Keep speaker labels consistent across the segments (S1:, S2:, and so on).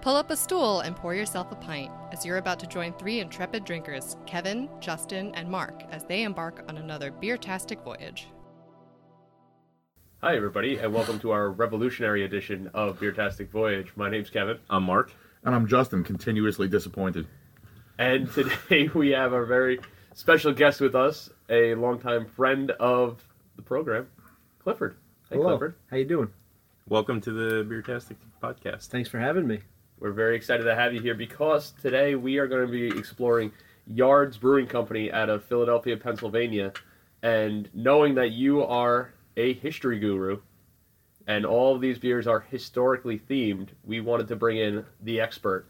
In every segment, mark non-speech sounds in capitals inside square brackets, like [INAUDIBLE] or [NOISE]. S1: Pull up a stool and pour yourself a pint as you're about to join three intrepid drinkers, Kevin, Justin, and Mark, as they embark on another beer-tastic voyage.
S2: Hi, everybody, and welcome to our revolutionary edition of Beertastic Voyage. My name's Kevin,
S3: I'm Mark.
S4: And I'm Justin, continuously disappointed.
S2: and today [LAUGHS] we have our very special guest with us, a longtime friend of the program, Clifford. Hey, Clifford.
S5: How you doing?
S3: Welcome to the Beertastic podcast.
S5: Thanks for having me.
S2: We're very excited to have you here because today we are going to be exploring Yards Brewing Company out of Philadelphia, Pennsylvania. And knowing that you are a history guru and all of these beers are historically themed, we wanted to bring in the expert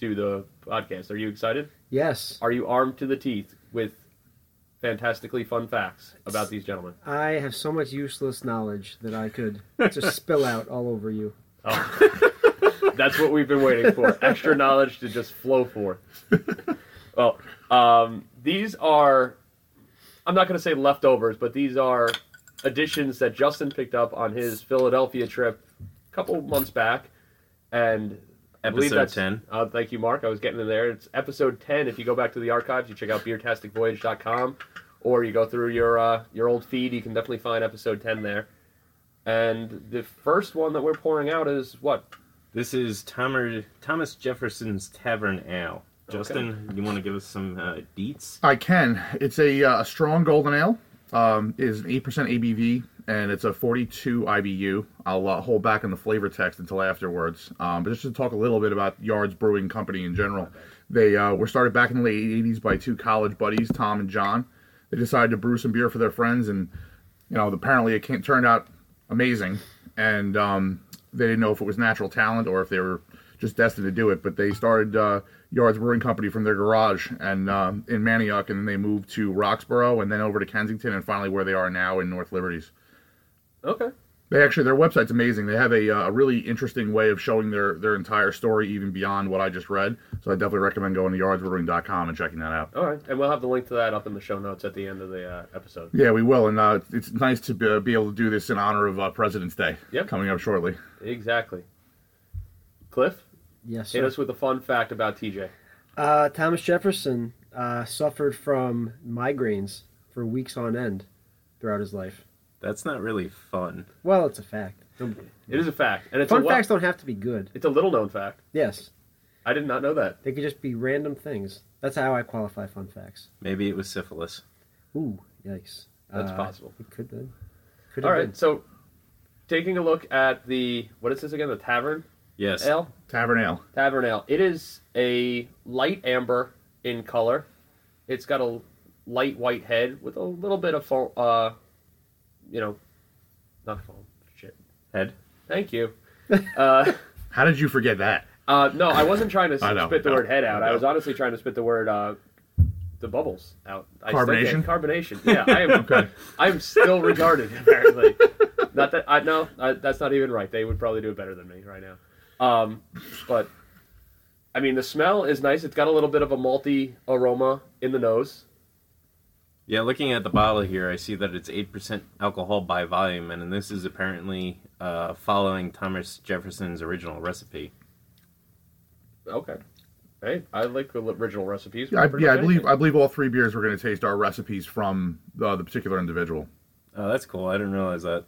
S2: to the podcast. Are you excited?
S5: Yes,
S2: Are you armed to the teeth with fantastically fun facts about these gentlemen?
S5: I have so much useless knowledge that I could just spill out all over you.
S2: That's what we've been waiting for. Extra knowledge to just flow forth. Well, um, these are, I'm not going to say leftovers, but these are additions that Justin picked up on his Philadelphia trip a couple months back. And I believe
S3: Episode
S2: that's,
S3: 10.
S2: Uh, thank you, Mark. I was getting in there. It's episode 10. If you go back to the archives, you check out beertasticvoyage.com or you go through your uh, your old feed, you can definitely find episode 10 there. And the first one that we're pouring out is what?
S3: This is Tomer, Thomas Jefferson's Tavern Ale. Justin, you want to give us some uh, deets?
S4: I can. It's a, uh, a strong golden ale. Um, it is an 8% ABV, and it's a 42 IBU. I'll uh, hold back on the flavor text until afterwards. Um, but just to talk a little bit about Yards Brewing Company in general. They uh, were started back in the late 80s by two college buddies, Tom and John. They decided to brew some beer for their friends, and you know, apparently it came, turned out amazing, and um, they didn't know if it was natural talent or if they were just destined to do it. But they started uh, Yards Brewing Company from their garage and um, in Manioc, and then they moved to Roxborough, and then over to Kensington, and finally where they are now in North Liberties.
S2: Okay.
S4: They actually, their website's amazing. They have a, uh, a really interesting way of showing their their entire story, even beyond what I just read. So I definitely recommend going to yardsbrewing.com and checking that out.
S2: All right, and we'll have the link to that up in the show notes at the end of the uh, episode.
S4: Yeah, we will, and uh, it's nice to be, be able to do this in honor of uh, President's Day
S2: Yep.
S4: coming up shortly.
S2: Exactly. Cliff,
S5: Yes,
S2: hit
S5: sir.
S2: us with a fun fact about TJ.
S5: Uh, Thomas Jefferson uh, suffered from migraines for weeks on end throughout his life.
S3: That's not really fun.
S5: Well, it's a fact.
S2: It is a fact, and it's a
S5: Fun
S2: wa-
S5: facts don't have to be good.
S2: It's a little known fact.
S5: Yes,
S2: I did not know that.
S5: they could just be random things. That's how I qualify fun facts.
S3: Maybe it was syphilis.
S5: Ooh, yikes.
S2: That's
S5: Uh,
S2: possible.
S5: It could have been. Could
S2: All
S5: have
S2: right,
S5: been.
S2: so taking a look at the what is this again? The tavern
S3: Yes.
S2: ale.
S4: Tavern Ale.
S2: Tavern ale. It is a light amber in color. It's got a light white head with a little bit of foam. Uh, you know, not foam. Shit.
S3: Head.
S2: Thank you. Uh,
S4: How did you forget that?
S2: Uh, no, I wasn't trying to
S4: [LAUGHS] I know,
S2: spit the
S4: no,
S2: word head out.
S4: no.
S2: I was honestly trying to spit the word uh, the bubbles out. I still
S4: Carbonation?
S2: can't-
S4: [LAUGHS]
S2: Carbonation. Yeah, I am. I'm still retarded apparently. not that I no, I, that's not even right. They would probably do it better than me right now. Um, but I mean, the smell is nice. It's got a little bit of a malty aroma in the nose.
S3: Yeah, looking at the bottle here, I see that it's 8% alcohol by volume, and this is apparently uh, following Thomas Jefferson's original recipe.
S2: Okay. Hey, I like the original recipes.
S4: Yeah, I,
S2: pretty
S4: yeah, I
S2: much
S4: believe
S2: anything.
S4: I believe all three beers we're going to taste are recipes from uh, the particular individual.
S3: Oh, that's cool. I didn't realize that.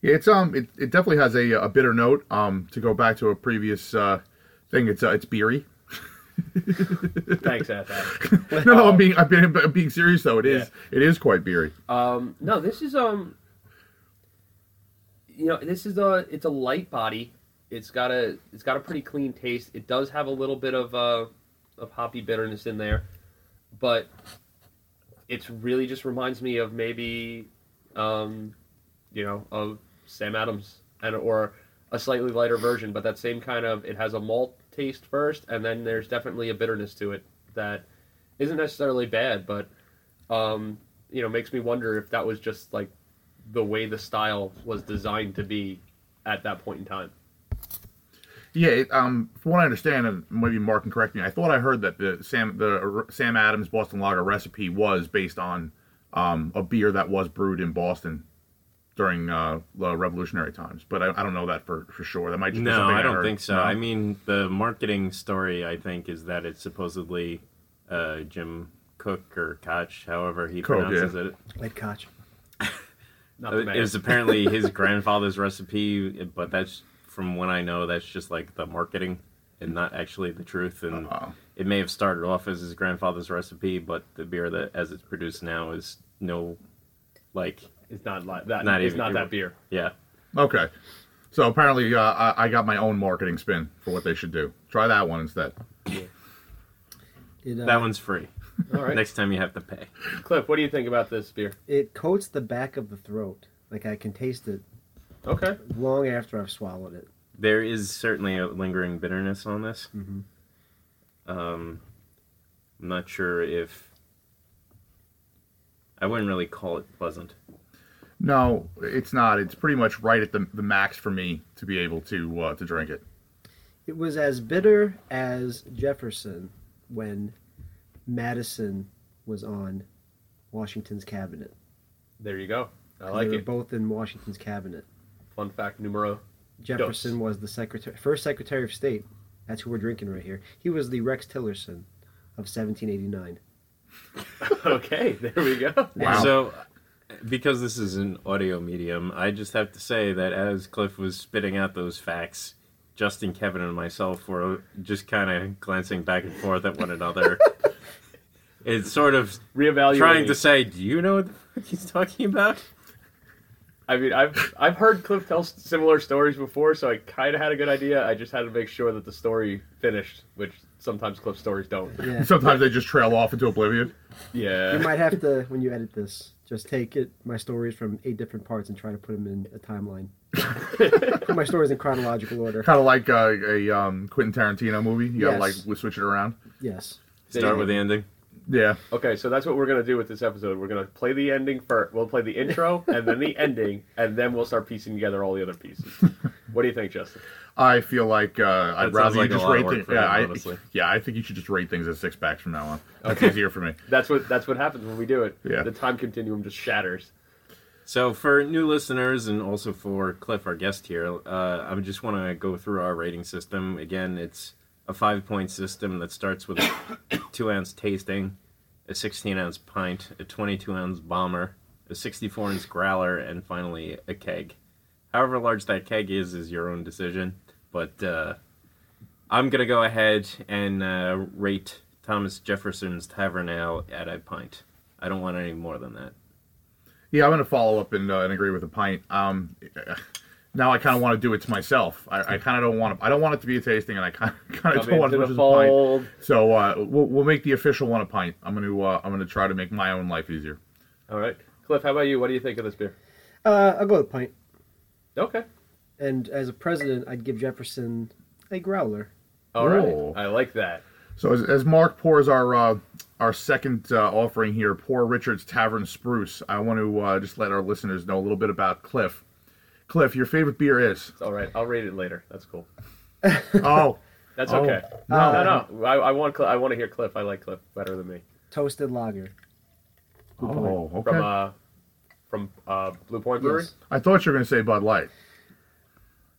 S4: Yeah, it's um, it, it definitely has a, a bitter note. Um, to go back to a previous uh, thing, it's uh, it's beery. [LAUGHS]
S2: Thanks, Athas.
S4: no, no, I'm being I'm being, I'm being serious though. It is it is quite beery.
S2: Um, no, this is um, you know, this is a it's a light body. It's got a it's got a pretty clean taste. It does have a little bit of uh, of hoppy bitterness in there, but it's really just reminds me of maybe, um, you know, of Sam Adams and or a slightly lighter version. But that same kind of it has a malt taste first, and then there's definitely a bitterness to it that isn't necessarily bad, but um, you know, makes me wonder if that was just like the way the style was designed to be at that point in time.
S4: Yeah, it, um, from what I understand, and maybe Mark can correct me. I thought I heard that the Sam the uh, Sam Adams Boston Lager recipe was based on um, a beer that was brewed in Boston during uh, the revolutionary times, but I, I don't know that for, for sure. That might just be
S3: No,
S4: something
S3: I don't
S4: heard.
S3: think so.
S4: No.
S3: I mean, the marketing story I think is that it's supposedly uh, Jim Cook or Koch, however he
S4: Koch,
S3: pronounces
S4: yeah.
S3: it.
S5: Ed Koch.
S2: Not the
S3: It
S4: [LAUGHS]
S3: was apparently his grandfather's recipe, but that's from when I know that's just like the marketing and not actually the truth. And
S4: Uh-oh.
S3: it may have started off as his grandfather's recipe, but the beer that as it's produced now is no, like
S2: It's not like that.
S3: Not
S2: Not it's
S3: even-
S2: not that beer.
S3: yeah,
S4: Okay. So apparently, uh, I, I got my own marketing spin for what they should do. Try that one instead.
S5: It, uh,
S3: that one's free.
S2: All right,
S3: Next time you have to pay.
S2: Cliff, what do you think about this beer?
S5: it coats the back of the throat. Like I can taste it
S2: Okay,
S5: long after I've swallowed it.
S3: There is certainly a lingering bitterness on this.
S5: Mhm.
S3: Um, I'm not sure if I wouldn't really call it pleasant.
S4: No, it's not. It's pretty much right at the, the max for me to be able to uh, to drink it. [LAUGHS]
S5: It was as bitter as Jefferson when Madison was on Washington's cabinet.
S2: there you go. I
S5: 'Cause
S2: like
S5: they
S2: it.
S5: Were both in Washington's cabinet.
S2: Fun fact numero. [LAUGHS]
S5: Jefferson was the secretary, first Secretary of State. That's who we're drinking right here. He was the Rex Tillerson of 1789.
S2: okay, there we go.
S4: Wow.
S3: So, because this is an audio medium, I just have to say that as Cliff was spitting out those facts, Justin, Kevin, and myself were just kind of glancing back and forth at one another. it's sort of
S2: Reevaluating.
S3: trying to say, "Do you know what the fuck he's talking about?"
S2: I mean, I've I've heard Cliff tell s- similar stories before, so I kind of had a good idea. I just had to make sure that the story finished, which sometimes Cliff's stories don't.
S5: Yeah.
S4: Sometimes they just trail off into oblivion.
S2: Yeah.
S5: [LAUGHS] You might have to, when you edit this, just take it my stories from eight different parts and try to put them in
S2: [LAUGHS]
S5: a timeline. put my stories in chronological order.
S4: Kind of like uh, a um, Quentin Tarantino movie. You gotta
S5: Yes.
S4: like switch it around.
S5: Yes.
S2: There
S3: Start
S2: you
S3: with the ending.
S4: Yeah.
S2: Okay, so that's what we're gonna do with this episode. We're gonna play the ending first. We'll play the
S4: [LAUGHS]
S2: intro and then the ending, and then we'll start piecing together all the other pieces. What do you think, Justin?
S4: I feel like uh, I'd
S3: sounds
S4: rather
S3: like a
S4: you just
S3: lot of
S4: rate
S3: work
S4: things.
S3: for
S4: Yeah,
S3: him,
S4: I,
S3: honestly.
S4: yeah, I think you should just rate things as six packs from now on. That's easier for me.
S2: That's what that's what happens when we do it.
S4: Yeah.
S2: The time continuum just shatters.
S3: So, for new listeners and also for Cliff, our guest here, uh, I just want to go through our rating system. Again, it's a five point system that starts with a [COUGHS] two ounce tasting, a 16 ounce pint, a 22 ounce bomber, a 64 ounce growler, and finally a keg. However large that keg is, is your own decision. But uh, I'm going to go ahead and uh, rate Thomas Jefferson's Tavern Ale at a pint. I don't want any more than that.
S4: Yeah, I'm gonna follow up and, uh, and agree with the pint. Um, [SIGHS] now I kind of want to do it to myself. I, I kind of don't want to. I don't want it to be a tasting, and I [LAUGHS] kind of kind of
S2: Come
S4: don't want
S2: into
S4: it
S2: the
S4: as a pint.
S2: fold.
S4: So uh, we'll, we'll make the official one a pint. I'm gonna uh, I'm gonna try to make my own life easier.
S2: All right, Cliff. How about you? What do you think of this beer?
S5: Uh, I'll go with pint.
S2: Okay.
S5: And as a president, I'd give Jefferson a growler.
S2: All right.
S4: Ooh.
S2: I like that.
S4: So as, as Mark pours our uh, our second uh, offering here, Poor Richard's Tavern Spruce, I want to uh, just let our listeners know a little bit about Cliff. Cliff, your favorite beer
S2: [LAUGHS]
S4: is
S2: It's all right. I'll rate it later. That's cool.
S4: oh
S2: That's
S4: Oh,
S2: okay.
S4: no.
S2: no, no. I, I want Cl- I want to hear Cliff. I like Cliff better than me.
S5: Toasted lager.
S4: oh okay.
S2: From uh, from uh, Blue Point Brewery.
S5: Yes.
S4: I thought you were gonna say Bud Light.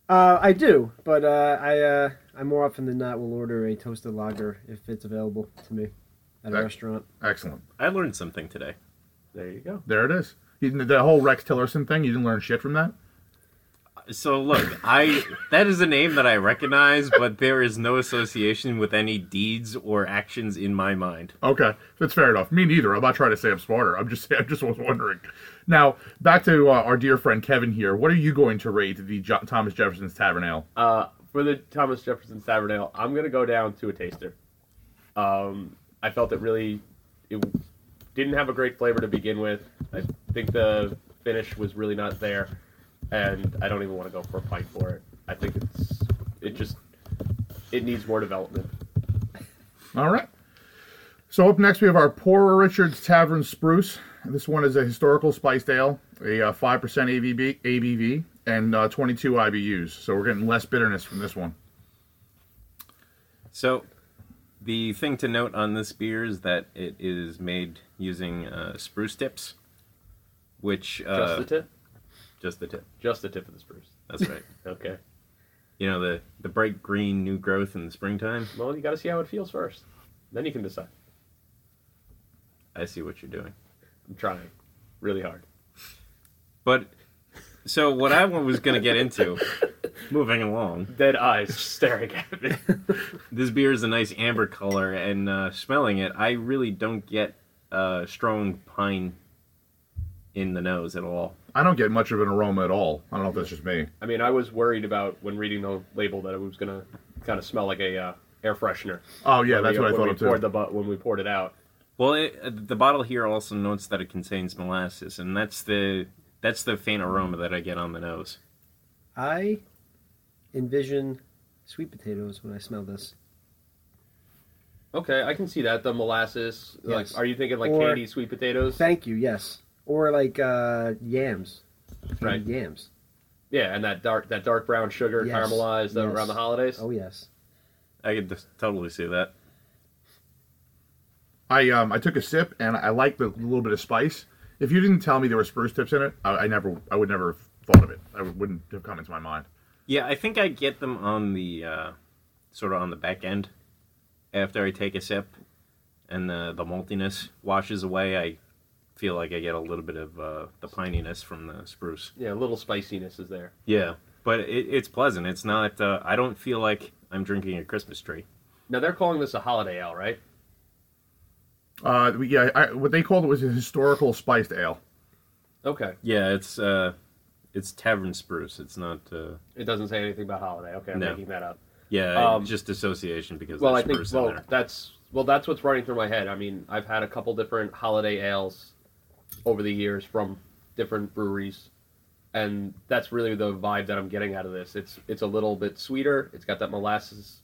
S5: Uh, I do, but uh, I uh, I more often than not will order a toasted lager if it's available to me at a
S4: Okay.
S5: restaurant.
S4: Excellent.
S3: I learned something today.
S2: There you go.
S4: There it is. You didn't- The whole Rex Tillerson thing, you didn't learn shit from that?
S3: So look, I that is a name that I recognize, but there is no association with any deeds or actions in my mind.
S4: Okay, that's fair enough. Me neither. I'm not trying to say I'm smarter. I'm just [LAUGHS] I just was wondering. Now, back to uh, our dear friend Kevin here. What are you going to rate the jo- Thomas Jefferson's Tavern Ale?
S2: Uh, for the Thomas Jefferson Tavern Ale, I'm gonna go down to a taster. Um, I felt it really, it didn't have a great flavor to begin with. I think the finish was really not there, and I don't even want to go for a pint for it. I think it's, it just, it needs more development.
S4: All right. So up next we have our Poorer Richard's Tavern Spruce. This one is a historical spiced ale, a uh, five percent ABV, ABV, and uh, 22 IBUs. So we're getting less bitterness from this one.
S3: So the thing to note on this beer is that it is made using uh, spruce tips, which uh,
S2: Just the tip.
S3: Just the tip.
S2: Just the tip of the spruce.
S3: That's right. [LAUGHS]
S2: Okay.
S3: you know the the bright green new growth in the springtime.
S2: Well, you got to see how it feels first. Then you can decide.
S3: I see what you're doing.
S2: I'm trying really hard.
S3: But so what I was going to get into, moving along,
S2: Dead eyes [LAUGHS] staring at me.
S3: this beer is a nice amber color, and uh, smelling it, I really don't get uh, strong pine in the nose at all.
S4: I don't get much of an aroma at all. I don't know if that's just me.
S2: I mean, I was worried about when reading the label that it was gonna kind of smell like a uh, air freshener.
S4: Oh yeah,
S2: When
S4: that's
S2: we-
S4: what I
S2: when
S4: thought
S2: we
S4: of
S2: poured The,
S4: too.
S2: bu- when we poured it out,
S3: Well, it, the bottle here also notes that it contains molasses, and that's the that's the faint aroma that I get on the nose.
S5: I envision sweet potatoes when I smell this.
S2: okay, I can see that the molasses.
S5: Yes.
S2: Like, are you thinking like
S5: Or-
S2: candy sweet potatoes?
S5: Thank you. Yes, or like uh, yams. Candied
S2: Right.
S5: Yams.
S2: yeah, and that dark that dark brown sugar
S5: Yes.
S2: caramelized uh,
S5: Yes.
S2: around the holidays.
S5: Oh yes.
S3: I could just totally see that.
S4: I um I took a sip and I like the little bit of spice. If you didn't tell me there were spruce tips in it, I, I never I would never have thought of it. I wouldn't have come into my mind.
S3: Yeah, I think I get them on the uh, sort of on the back end after I take a sip, and the the maltiness washes away. I feel like I get a little bit of uh, the pininess from the spruce.
S2: Yeah, a little spiciness is there.
S3: Yeah, but it, it's pleasant. It's not. Uh, I don't feel like I'm drinking a Christmas tree.
S2: Now they're calling this a holiday ale, right?
S4: Uh, yeah, I, what they called it was a historical spiced ale.
S2: Okay,
S3: Yeah, it's uh, it's tavern spruce. It's not. Uh,
S2: it doesn't say anything about holiday. Okay, I'm
S3: No.
S2: making that up.
S3: yeah,
S2: Um,
S3: just association because
S2: well, I
S3: there's
S2: think
S3: spruce in
S2: well
S3: there.
S2: that's well that's what's running through my head. I mean, I've had a couple different holiday ales over the years from different breweries, and that's really the vibe that I'm getting out of this. It's it's a little bit sweeter. It's got that molasses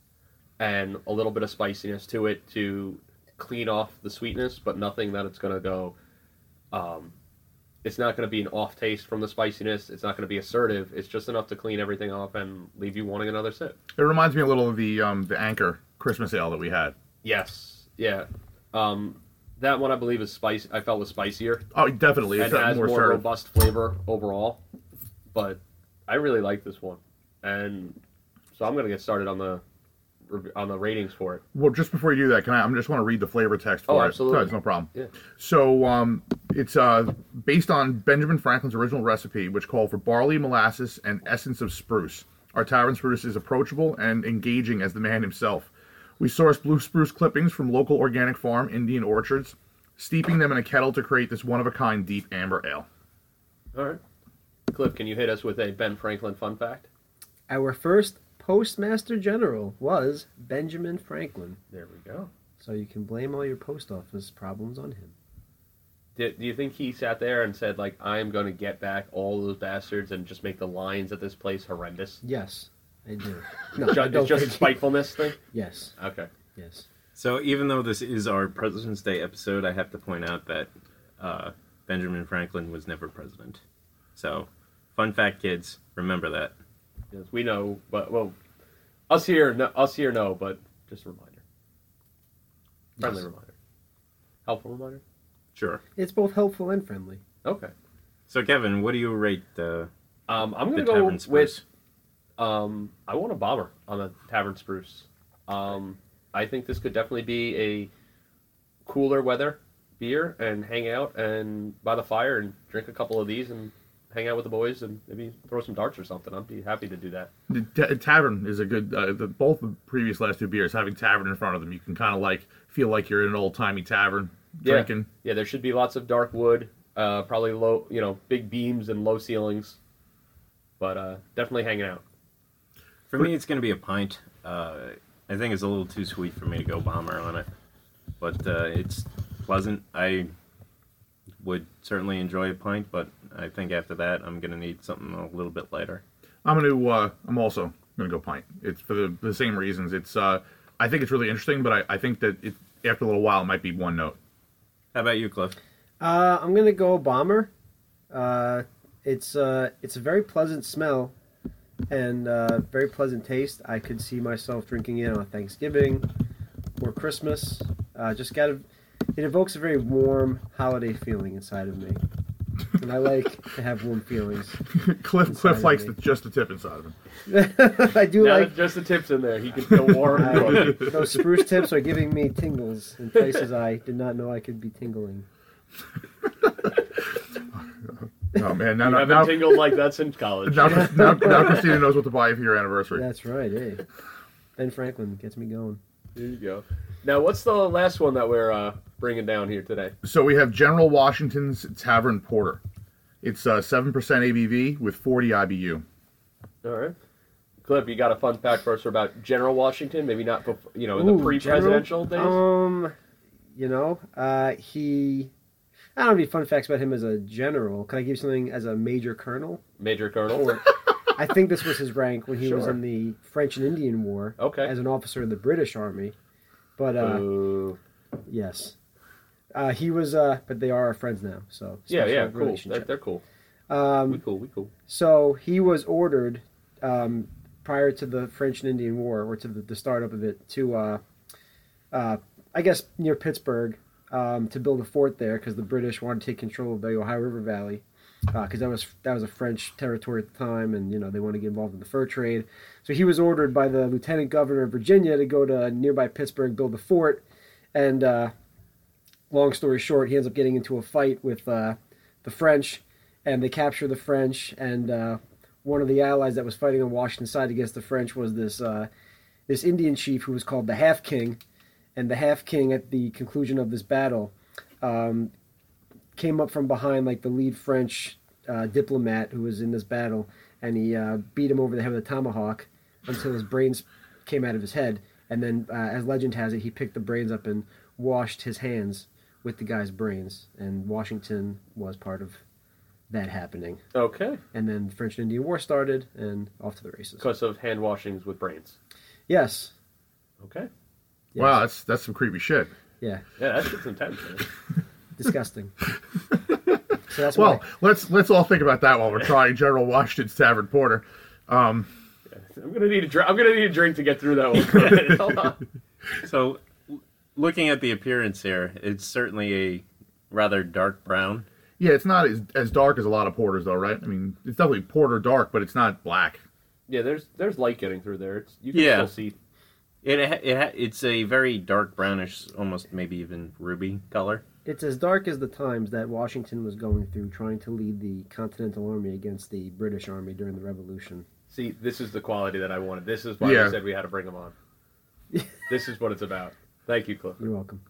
S2: and a little bit of spiciness to it to clean off the sweetness, but nothing that it's gonna go. Um, it's not going to be an off taste from the spiciness. It's not going to be assertive. It's just enough to clean everything up and leave you wanting another sip.
S4: It reminds me a little of the um the Anchor Christmas ale that we had.
S2: Yes. Yeah. Um, that one I believe is spice. I felt was spicier
S4: Oh, definitely,
S2: and
S4: it's got
S2: has
S4: more,
S2: more,
S4: serve.
S2: robust flavor overall. But I really like this one, and so I'm gonna get started on the rev- on the ratings for it.
S4: Well, just before you do that, can I? I'm just want to read the flavor text for
S2: Oh,
S4: it.
S2: absolutely.
S4: No, it's no problem.
S2: Yeah.
S4: So um, it's uh, based on Benjamin Franklin's original recipe, which called for barley, molasses, and essence of spruce. Our tavern spruce is approachable and engaging as the man himself. We source blue spruce clippings from local organic farm Indian orchards, steeping them in a kettle to create this one of a kind deep amber ale.
S2: All right, Cliff, can you hit us with a Ben Franklin fun fact?
S5: Our first postmaster general was Benjamin Franklin,
S2: There we go.
S5: so you can blame all your post office problems on him.
S2: Do, do you think he sat there and said like, "I'm gonna get back all those bastards and just make the lines at this place [LAUGHS] horrendous"?
S5: Yes,
S2: [LAUGHS]
S5: I do. No,
S2: It's
S5: I
S2: just,
S5: don't
S2: it's just
S5: think-
S2: spitefulness thing.
S5: Yes,
S2: Okay.
S5: yes.
S3: So even though this is our President's Day episode, I have to point out that uh, Benjamin Franklin was never president. So, fun fact, kids, remember that.
S2: Yes, we know, but well, us here, no, us here, no, but just a reminder, friendly reminder, helpful reminder.
S3: Sure.
S5: It's both helpful and friendly.
S2: Okay,
S3: So, Kevin, what do you rate the
S2: um, I'm
S3: the
S2: gonna go
S3: tavern
S2: with
S3: spruce?
S2: um, I want a bomber on the Tavern Spruce. Um, I think this could definitely be a cooler weather beer and hang out and by the fire and drink a couple of these and hang out with the boys and maybe throw some darts or something. I'd be happy to do that.
S4: The ta- tavern is a good. Uh, the, both the previous last two beers having tavern in front of them, you can kind of like feel like you're in an old timey tavern
S2: Yeah.
S4: drinking.
S2: Yeah, there should be lots of dark wood, uh, probably low, you know, big beams and low ceilings, but uh, definitely hanging out.
S3: For me, it's going to be a pint. Uh, I think it's a little too sweet for me to go bomber on it, but uh, it's pleasant. I would certainly enjoy a pint, but I think after that, I'm going to need something a little bit lighter.
S4: I'm gonna. Uh, I'm also gonna go pint. It's for the, the same reasons. It's. Uh, I think it's really interesting, but I, I think that it, after a little while, it might be one note. [LAUGHS]
S3: How about you, Cliff?
S5: Uh, I'm gonna go bomber. Uh, it's uh, it's a very pleasant smell, and uh, very pleasant taste. I could see myself drinking it on Thanksgiving or Christmas. Uh, just got a, it evokes a very warm holiday feeling inside of me. and I like to have warm feelings. [LAUGHS]
S4: Cliff
S5: Inside
S4: Cliff
S5: of
S4: likes
S5: me.
S4: the, just the tip inside of him.
S5: I do
S2: Now
S5: like
S2: that just the tips in there, he can feel
S5: [LAUGHS]
S2: warm. and [LAUGHS]
S5: I,
S2: fuzzy.
S5: Uh, those spruce tips are giving me tingles in places I did not know I could be tingling.
S4: Oh man, now
S2: You
S4: now
S2: haven't
S4: now,
S2: tingled like that since college.
S4: now, now, now Christina knows what to buy for your anniversary.
S5: That's right, eh? Ben Franklin gets me going.
S2: There you go. Now, what's the last one that we're uh, bringing down here today?
S4: So we have General Washington's Tavern Porter. It's uh, seven percent ABV with forty IBU.
S2: All right. Cliff, you got a fun fact for us about General Washington? Maybe not, bef- you know, Oh, in the
S5: Ooh,
S2: pre-presidential
S5: General-
S2: days.
S5: Um, you know, uh, he. I don't have any fun facts about him as a general. Can I give you something as a major colonel?
S2: Major Colonel.
S5: Or I think this was his rank when he was
S2: Sure.
S5: in the French and Indian War.
S2: Okay.
S5: As an officer in the British Army, but uh,
S2: Ooh.
S5: yes, uh, he was. Uh, but they are our friends now, so
S2: yeah, yeah,
S5: special
S2: cool. They're,
S5: relationship.
S2: they're cool.
S5: um,
S2: We cool. We cool.
S5: So he was ordered um, prior to the French and Indian War, or to the, the startup of it, to uh, uh, I guess near Pittsburgh um, to build a fort there because the British wanted to take control of the Ohio River Valley because that was that was a French territory at the time, and you know they wanted to get involved in the fur trade. So he was ordered by the lieutenant governor of Virginia to go to nearby Pittsburgh, build a fort, and uh, long story short, he ends up getting into a fight with uh, the French, and they capture the French. And uh, one of the allies that was fighting on Washington's side against the French was this uh, this Indian chief who was called the Half King. And the Half King, at the conclusion of this battle, um, came up from behind like the lead French uh, diplomat who was in this battle, and he uh, beat him over the head with a tomahawk until his brains came out of his head. And then, uh, as legend has it, he picked the brains up and washed his hands with the guy's brains. And Washington was part of that happening.
S2: Okay.
S5: And then the French and Indian War started, and off to the races.
S2: Because of hand washings with brains.
S5: Yes.
S2: Okay.
S5: yes.
S4: Wow, that's that's some creepy shit.
S5: Yeah.
S2: Yeah, that shit's intense. man.
S4: [LAUGHS]
S5: Disgusting. so that's
S4: Well,
S5: why.
S4: let's let's all think about that while we're trying General Washington's Tavern Porter.
S2: I'm gonna need a drink. I'm gonna need a drink to get through that one.
S3: [LAUGHS]
S2: Hold on.
S3: So, l- looking at the appearance here, it's certainly a rather dark brown.
S4: Yeah, it's not as, as dark as a lot of porters though, right? I mean, it's definitely porter dark, but it's not black.
S2: [LAUGHS] Yeah, there's there's light getting through there. It's, you can
S3: Yeah.
S2: still see.
S3: It, ha- it ha- it's a very dark brownish, almost maybe even ruby color.
S5: It's as dark as the times that Washington was going through trying to lead the Continental Army against the British Army during the Revolution.
S2: See, this is the quality that I wanted. This is why
S4: Yeah.
S2: I said we had to bring them
S3: [LAUGHS]
S2: on. this is what it's about. Thank you, Cliff.
S5: You're welcome.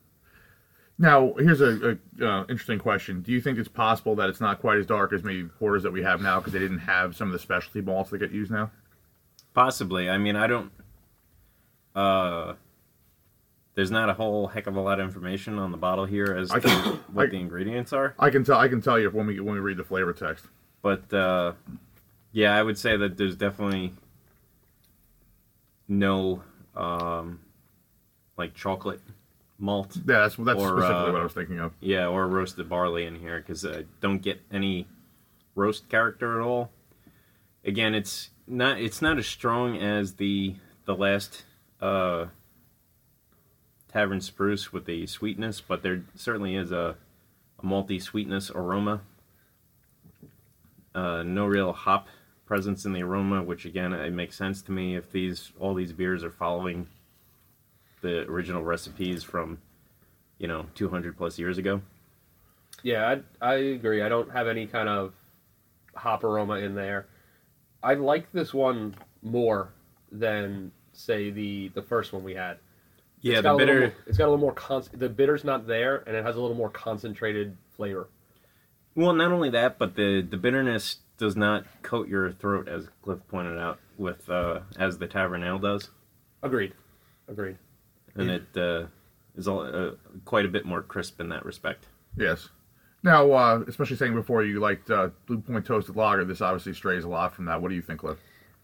S4: Now, here's a, a uh, interesting question: Do you think it's possible that it's not quite as dark as maybe porters that we have now because they didn't have some of the specialty malts that get used now?
S3: Possibly. I mean, I don't. Uh, there's not a whole heck of a lot of information on the bottle here as
S4: I
S3: to
S4: can-
S3: what
S4: I-
S3: the ingredients are.
S4: I can tell. I can tell you when we when we read the flavor text.
S3: But uh, yeah, I would say that there's definitely no um, like chocolate malt.
S4: Yeah, that's that's
S3: Or,
S4: specifically
S3: uh,
S4: what I was thinking of.
S3: Yeah, or roasted barley in here because I don't get any roast character at all. Again, it's not it's not as strong as the the last uh, tavern spruce with the sweetness, but there certainly is a, a malty sweetness aroma. Uh, no real hop presence in the aroma, which again it makes sense to me if these all these beers are following the original recipes from you know 200 plus years ago.
S2: Yeah, I, I agree. I don't have any kind of hop aroma in there. I like this one more than say the the first one we had.
S3: Yeah,
S2: It's
S3: the
S2: got a little
S3: bitter.
S2: more- it's got a little more. Con- the bitter's not there, and it has a little more concentrated flavor.
S3: Well, not only that, but the the bitterness does not coat your throat, as Cliff pointed out, with uh, as the tavern ale does,
S2: Agreed. Agreed.
S3: and it uh, is all, uh, quite a bit more crisp in that respect.
S4: Yes. Now, uh, especially saying before you liked uh, Blue Point Toasted Lager, this obviously strays a lot from that. What do you think, Cliff?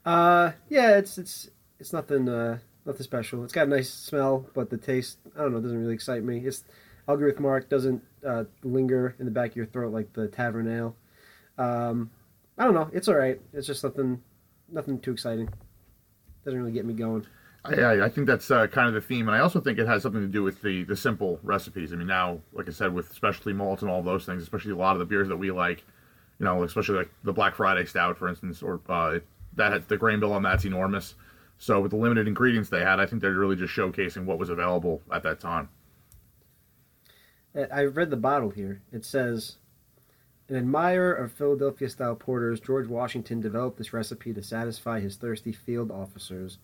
S5: Uh, yeah, it's it's it's nothing uh, nothing special. It's got a nice smell, but the taste I don't know it doesn't really excite me. It's I'll agree with Mark. Doesn't uh, linger in the back of your throat like the tavern ale. Um, I don't know. It's all right. It's just nothing nothing too exciting. Doesn't really get me going.
S4: I, I, I think that's uh, kind of the theme, and I also think it has something to do with the the simple recipes. I mean, now, like I said, with specialty malts and all those things, especially a lot of the beers that we like, You know, especially like the Black Friday stout, for instance, or uh, that has, the grain bill on that's enormous. So with the limited ingredients they had, I think they're really just showcasing what was available at that time.
S5: Uh, I read the bottle here. It says, "An admirer of Philadelphia style porters, George Washington developed this recipe to satisfy his thirsty field officers."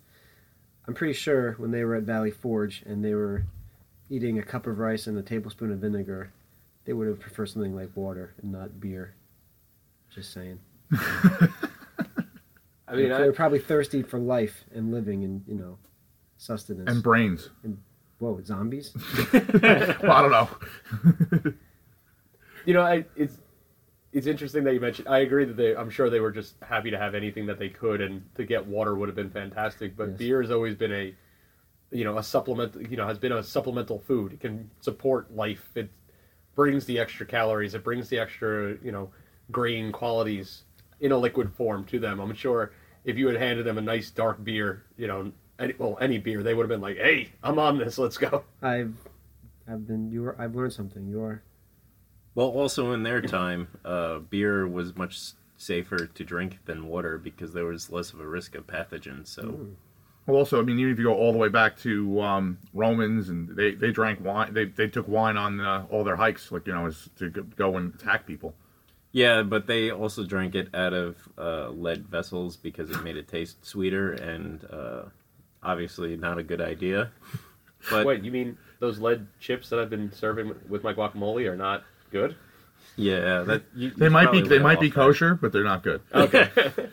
S5: I'm pretty sure when they were at Valley Forge and they were eating a cup of rice and a tablespoon of vinegar, they would have preferred something like water and not beer. Just saying.
S2: I mean,
S5: they
S2: I,
S5: were probably thirsty for life and living and you know sustenance.
S4: And brains. [LAUGHS]
S5: Whoa, zombies! [LAUGHS]
S4: Well, I don't know.
S2: you know, I, it's it's interesting that you mentioned. I agree that they. I'm sure they were just happy to have anything that they could, and to get water would have been fantastic. But
S5: Yes.
S2: beer has always been a, you know, a supplement. You know, has been a supplemental food. It can support life. It brings the extra calories. It brings the extra, you know, grain qualities in a liquid form to them. I'm sure if you had handed them a nice dark beer, you know, any, well, any beer, they would have been like, "Hey, I'm on this. Let's go."
S5: I've I've been you are I've learned something. You are
S3: Well, also in their time, uh, beer was much s- safer to drink than water because there was less of a risk of pathogens. So
S4: Well, also, I mean, even if you go all the way back to um, Romans, and they, they drank wine, they, they took wine on uh, all their hikes, like you know, as to g- go and attack people.
S3: yeah, but they also drank it out of uh, lead vessels because it made it taste sweeter and uh, obviously not a good [LAUGHS] idea. But
S2: Wait, you mean those lead chips that I've been serving with my guacamole are not good?
S3: yeah, that you,
S4: They
S3: you
S4: might be
S3: probably
S4: they
S3: went
S4: might be
S3: off [LAUGHS] that.
S4: kosher, but they're not good. [LAUGHS]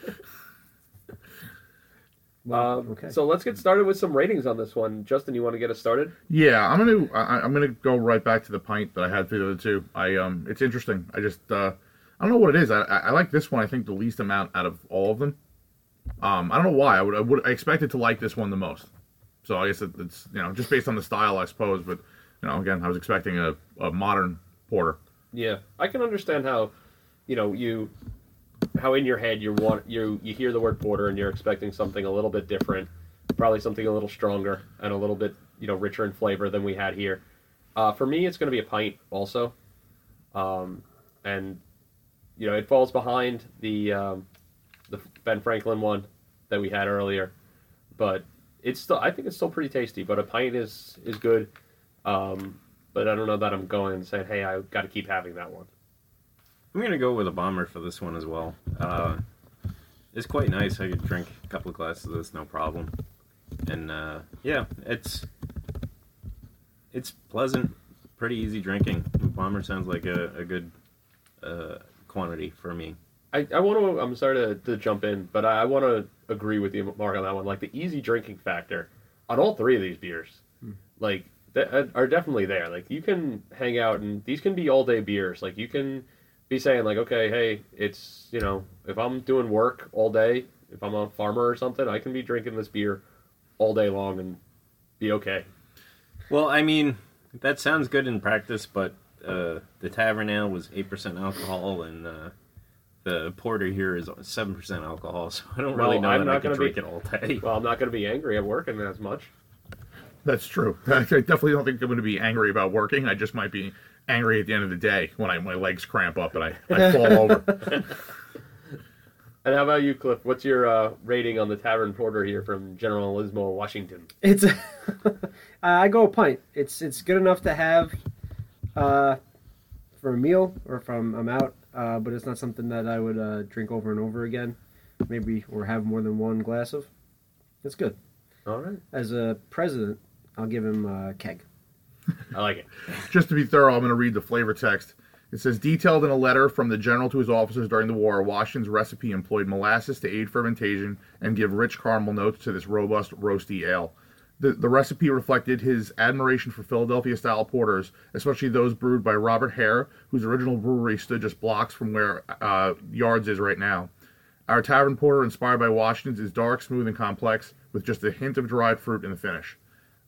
S5: well,
S2: Um,
S5: okay.
S2: So let's get started with some ratings on this one. Justin, you want to get us started?
S4: Yeah, I'm gonna I, I'm gonna go right back to the pint that I had for the other two. I um, it's interesting. I just uh, I don't know what it is. I, I I like this one. I think the least amount out of all of them. Um, I don't know why. I would I would I expected to like this one the most. So I guess it, it's you know just based on the style, I suppose. But you know, again, I was expecting a, a modern porter.
S2: Yeah, I can understand how, you know, you, how in your head you want you you hear the word porter and you're expecting something a little bit different, probably something a little stronger and a little bit you know richer in flavor than we had here. Uh, for me, it's going to be a pint also, um, and you know it falls behind the um, the Ben Franklin one that we had earlier, but it's still I think it's still pretty tasty. But a pint is is good. Um, but I don't know that I'm going and saying, hey, I got to keep having that one.
S3: I'm gonna go with a bomber for this one as well. Uh, it's quite nice. I could drink a couple of glasses of this, no problem. And uh, yeah, it's it's pleasant, pretty easy drinking. Bomber sounds like a, a good uh, quantity for me.
S2: I, I want to. I'm sorry to, to jump in, but I, I want to agree with you, Mark, on that one. Like the easy drinking factor on all three of these beers, like that uh, are definitely there. Like you can hang out and these can be all day beers. Like you can be saying like, okay, hey, it's you know, if I'm doing work all day, if I'm a farmer or something, I can be drinking this beer all day long and be okay.
S3: Well, I mean, that sounds good in practice, but uh, the tavern ale was eight percent alcohol, and uh, the porter here is seven percent alcohol. So I don't really
S2: Well,
S3: know
S2: I'm
S3: that I
S2: not
S3: could
S2: gonna be-
S3: drink it all day.
S2: [LAUGHS] Well, I'm not going to be angry at working as much.
S4: That's true. [LAUGHS] I definitely don't think I'm going to be angry about working. I just might be angry at the end of the day when I, my legs cramp up and I, I fall [LAUGHS] over.
S2: And how about you, Cliff? What's your uh, rating on the Tavern Porter here from Generalismo, Washington?
S5: It's [LAUGHS] a, I go a pint. It's it's good enough to have uh, for a meal or if I'm, I'm out, uh, but it's not something that I would uh, drink over and over again, maybe or have more than one glass of. It's good.
S2: All right.
S5: As a president, I'll give him a keg.
S2: I like it.
S4: just to be thorough, I'm going to read the flavor text. It says, detailed in a letter from the general to his officers during the war, Washington's recipe employed molasses to aid fermentation and give rich caramel notes to this robust, roasty ale. The, the recipe reflected his admiration for Philadelphia style porters, especially those brewed by Robert Hare, whose original brewery stood just blocks from where uh, Yards is right now. Our tavern porter, inspired by Washington's, is dark, smooth, and complex, with just a hint of dried fruit in the finish.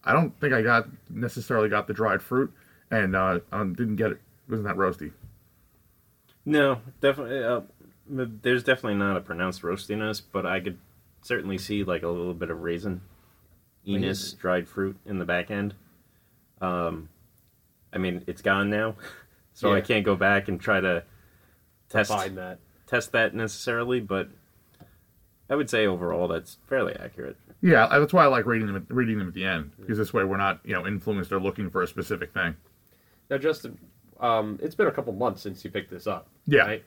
S4: I don't think I got necessarily got the dried fruit, and uh, I didn't get it. It wasn't that roasty.
S3: No, definitely. Uh, m- there's definitely not a pronounced roastiness, but I could certainly see like a little bit of raisin, Enos dried fruit in the back end. Um, I mean, it's gone now, [LAUGHS] so I
S2: Yeah.
S3: can't go back and try to test
S2: find that.
S3: test that necessarily, but I would say overall that's fairly accurate.
S4: Yeah, I- that's why I like reading them. At, reading them at the end because this way we're not you know influenced or looking for a specific thing.
S2: Now, Justin, um, it's been a couple months since you picked this up.
S4: Yeah.
S2: Right?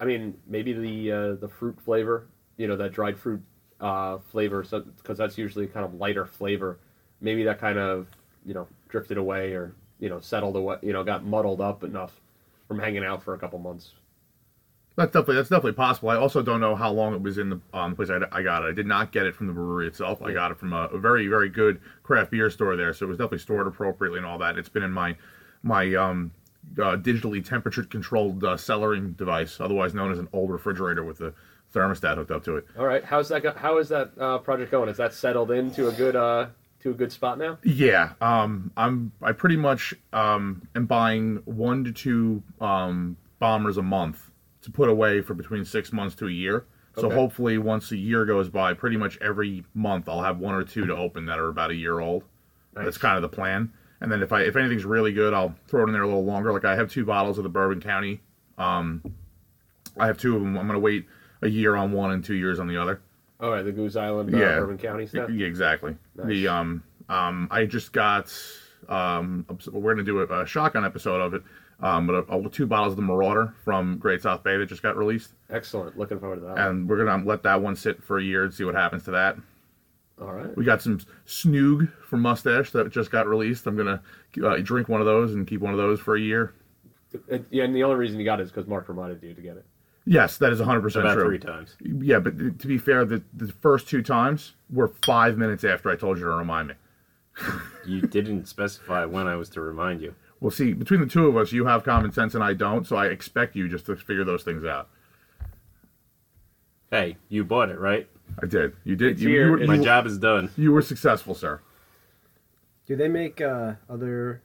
S2: I mean, maybe the uh, the fruit flavor, you know, that dried fruit uh, flavor, because that's usually kind of lighter flavor. Maybe that kind of you know drifted away or you know settled away, you know, got muddled up enough from hanging out for a couple months.
S4: That's definitely that's definitely possible. I also don't know how long it was in the um, place I, I got it. I did not get it from the brewery itself. I got it from a, a very very good craft beer store there, so it was definitely stored appropriately and all that. It's been in my my um, uh, digitally temperature controlled uh, cellaring device, otherwise known as an old refrigerator with a thermostat hooked up to it.
S2: All right, how's that? Go- how is that uh, project going? Is that settled into a good uh, to a good spot now?
S4: Yeah, um, I'm I pretty much um, am buying one to two um, bombers a month to put away for between six months to a year. So
S2: Okay.
S4: hopefully, once a year goes by, pretty much every month I'll have one or two to open that are about a year old. That's kind of the plan. And then if I if anything's really good, I'll throw it in there a little longer. Like I have two bottles of the Bourbon County. Um, I have two of them. I'm gonna wait a year on one and two years on the other.
S2: All right, the Goose Island, uh,
S4: Yeah.
S2: Bourbon County stuff.
S4: Yeah, exactly.
S2: Nice.
S4: The um um I just got um obs- we're gonna do a, a shotgun episode of it. Um, but uh two bottles of the Marauder from Great South Bay that just got released,
S2: Excellent. Looking forward to that. one.
S4: and we're gonna um, let that one sit for a year and see what happens to that.
S2: All right.
S4: We got some Snoog from Mustache that just got released. I'm gonna uh, drink one of those and keep one of those for a year.
S2: Uh, Yeah, and the only reason you got it is because Mark reminded you to get it.
S4: Yes, that is 100 percent
S3: About
S4: true.
S3: three times.
S4: Yeah, but th- to be fair, the, the first two times were five minutes after I told you to remind me.
S3: You didn't specify when I was to remind you.
S4: Well, see, between the two of us, you have common sense and I don't, so I expect you just to figure those things out.
S3: Hey, you bought it, right?
S4: I did. You did.
S2: It's
S4: You,
S2: here.
S4: you, were,
S2: It's
S3: My
S4: you,
S3: job is done.
S4: you were successful, sir.
S5: Do they make uh, other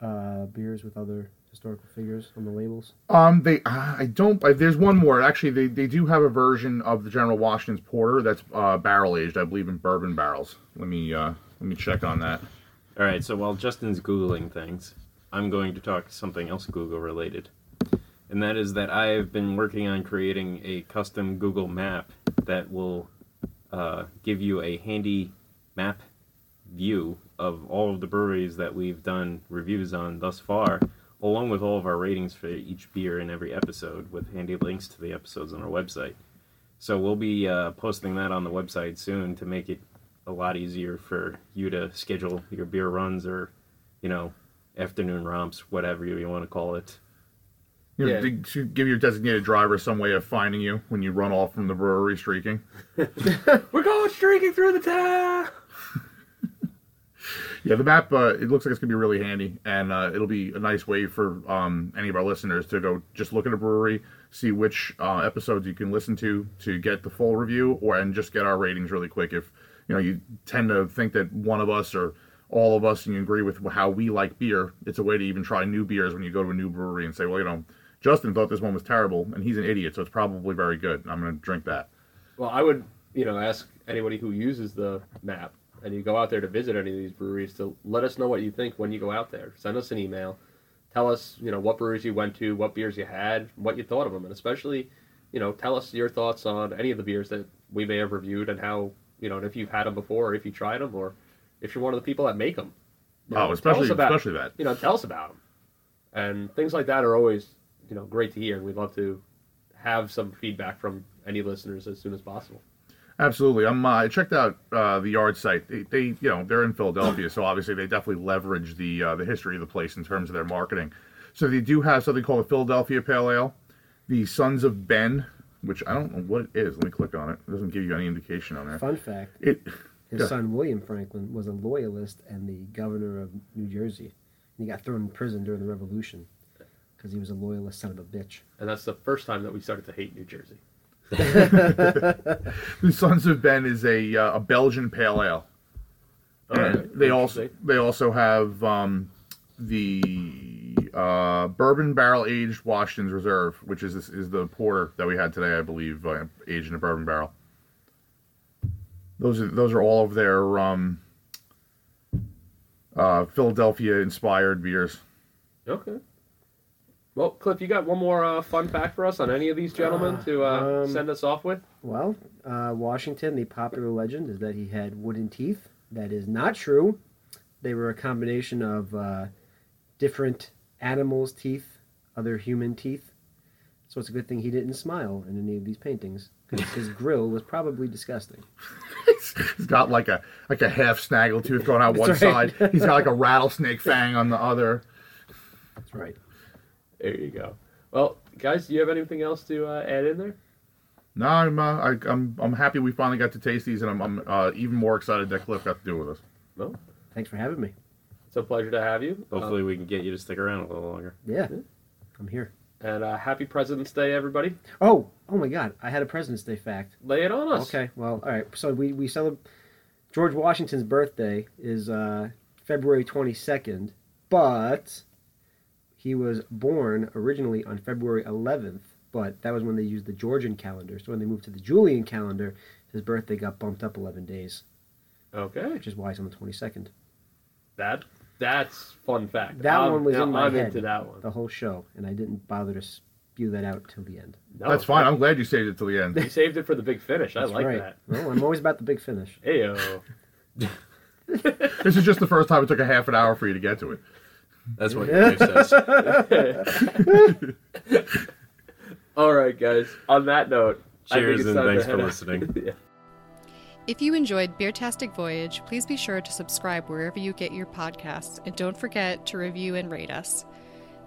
S5: uh, beers with other historical figures on the labels?
S4: Um, they. ah, I don't. I, there's one more. Actually, they, they do have a version of the General Washington's Porter that's uh, barrel aged, I believe, in bourbon barrels. Let me uh, let me check on that.
S3: All right, so while Justin's Googling things, I'm going to talk something else Google related. And that is that I have been working on creating a custom Google map that will uh, give you a handy map view of all of the breweries that we've done reviews on thus far, along with all of our ratings for each beer in every episode, with handy links to the episodes on our website. So we'll be uh, posting that on the website soon to make it a lot easier for you to schedule your beer runs or, you know, afternoon romps, whatever you want to call it.
S4: You know,
S2: Yeah.
S4: they should give your designated driver some way of finding you when you run off from the brewery streaking.
S2: We're going streaking through the town.
S4: Yeah, the map. Uh, it looks like it's gonna be really handy, and uh, it'll be a nice way for um, any of our listeners to go just look at a brewery, see which uh, episodes you can listen to to get the full review, or and just get our ratings really quick. If you know you tend to think that one of us or all of us, and you agree with how we like beer, it's a way to even try new beers when you go to a new brewery and say, well, you know, Justin thought this one was terrible, and he's an idiot, so it's probably very good. I'm gonna drink that.
S2: Well, I would, you know, ask anybody who uses the map and you go out there to visit any of these breweries to let us know what you think when you go out there. Send us an email. Tell us, you know, what breweries you went to, what beers you had, what you thought of them, and especially, you know, tell us your thoughts on any of the beers that we may have reviewed and how, you know, and if you've had them before, or if you tried them, or if you're one of the people that make them. You know,
S4: Oh, especially
S2: tell us about-
S4: especially that.
S2: you know, tell us about them. And things like that are always, you know, great to hear. And we'd love to have some feedback from any listeners as soon as possible.
S4: Absolutely. I'm, uh, I checked out uh, the yard site. They, they, you know, they're in Philadelphia, so obviously they definitely leverage the uh, the history of the place in terms of their marketing. So they do have something called the Philadelphia Pale Ale, the Sons of Ben, which I don't know what it is. Let me click on it. It doesn't give you any indication on there.
S5: Fun fact:
S4: It, [LAUGHS]
S5: his
S4: Yeah.
S5: son William Franklin was a loyalist and the governor of New Jersey, and he got thrown in prison during the Revolution because he was a loyalist son of a bitch.
S2: And that's the first time that we started to hate New Jersey.
S4: the Sons of Ben is a uh, a Belgian Pale Ale. And they also they also have um, the uh, bourbon barrel aged Washington's Reserve, which is is the porter that we had today, I believe, uh, aged in a bourbon barrel. Those are those are all of their um, uh, Philadelphia inspired beers.
S2: okay. Well, Cliff, you got one more uh, fun fact for us on any of these gentlemen to uh,
S5: Um,
S2: send us off with?
S5: Well, uh, Washington, the popular legend is that he had wooden teeth. That is not true. They were a combination of uh, different animals' teeth, other human teeth. So it's a good thing he didn't smile in any of these paintings because [LAUGHS] his grill was probably disgusting.
S4: [LAUGHS] He's got like a like a half snaggle tooth going out one
S5: That's right.
S4: side. He's got
S5: [LAUGHS]
S4: like a rattlesnake fang on the other.
S5: That's right.
S2: There you go. Well, guys, do you have anything else to uh, add in there?
S4: No, I'm uh, I, I'm I'm happy we finally got to taste these, and I'm I'm uh, even more excited that Cliff got to do it with us.
S2: No.
S5: Thanks for having me.
S2: It's a pleasure to have you. Uh,
S3: Hopefully, we can get you to stick around a little longer.
S5: Yeah, I'm here.
S2: and uh, happy President's Day, everybody.
S5: Oh, oh my God! I had a President's Day fact.
S2: Lay it on us.
S5: Okay, well, all right. So we we celebrate George Washington's birthday is uh, February 22nd, but he was born originally on February 11th, but that was when they used the Georgian calendar. So when they moved to the Julian calendar, his birthday got bumped up 11 days,
S2: Okay.
S5: which is why it's on the 22nd.
S2: That that's fun fact.
S5: That
S2: I'm-
S5: one was
S2: now
S5: in my
S2: I'm
S5: head Oh,
S2: into that one.
S5: the whole show, and I didn't bother to spew that out till the end.
S2: No,
S4: That's fine. I'm glad you saved it till the end.
S2: You saved it for the big finish. I
S5: That's
S2: like
S5: right.
S2: that.
S5: Well, I'm always about the big
S2: [LAUGHS]
S5: finish.
S2: Ayo.
S4: this is just the first time it took a half an hour for you to get to it.
S3: That's what your wife says.
S2: All right, guys. On that note, I think
S3: Cheers
S2: it's
S3: and
S2: time to
S3: thanks
S2: head
S3: for
S2: out.
S3: listening.
S2: [LAUGHS] Yeah.
S1: If you enjoyed Beertastic Voyage, please be sure to subscribe wherever you get your podcasts, and don't forget to review and rate us.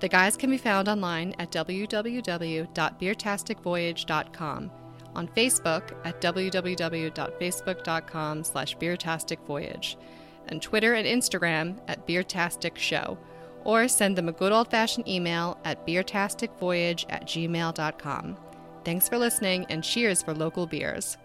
S1: The guys can be found online at www.beertasticvoyage.com, on Facebook at www.facebook.com slash beertasticvoyage, and Twitter and Instagram at Beertastic Show, or send them a good old-fashioned email at beertasticvoyage at gmail.com. Thanks for listening, and cheers for local beers.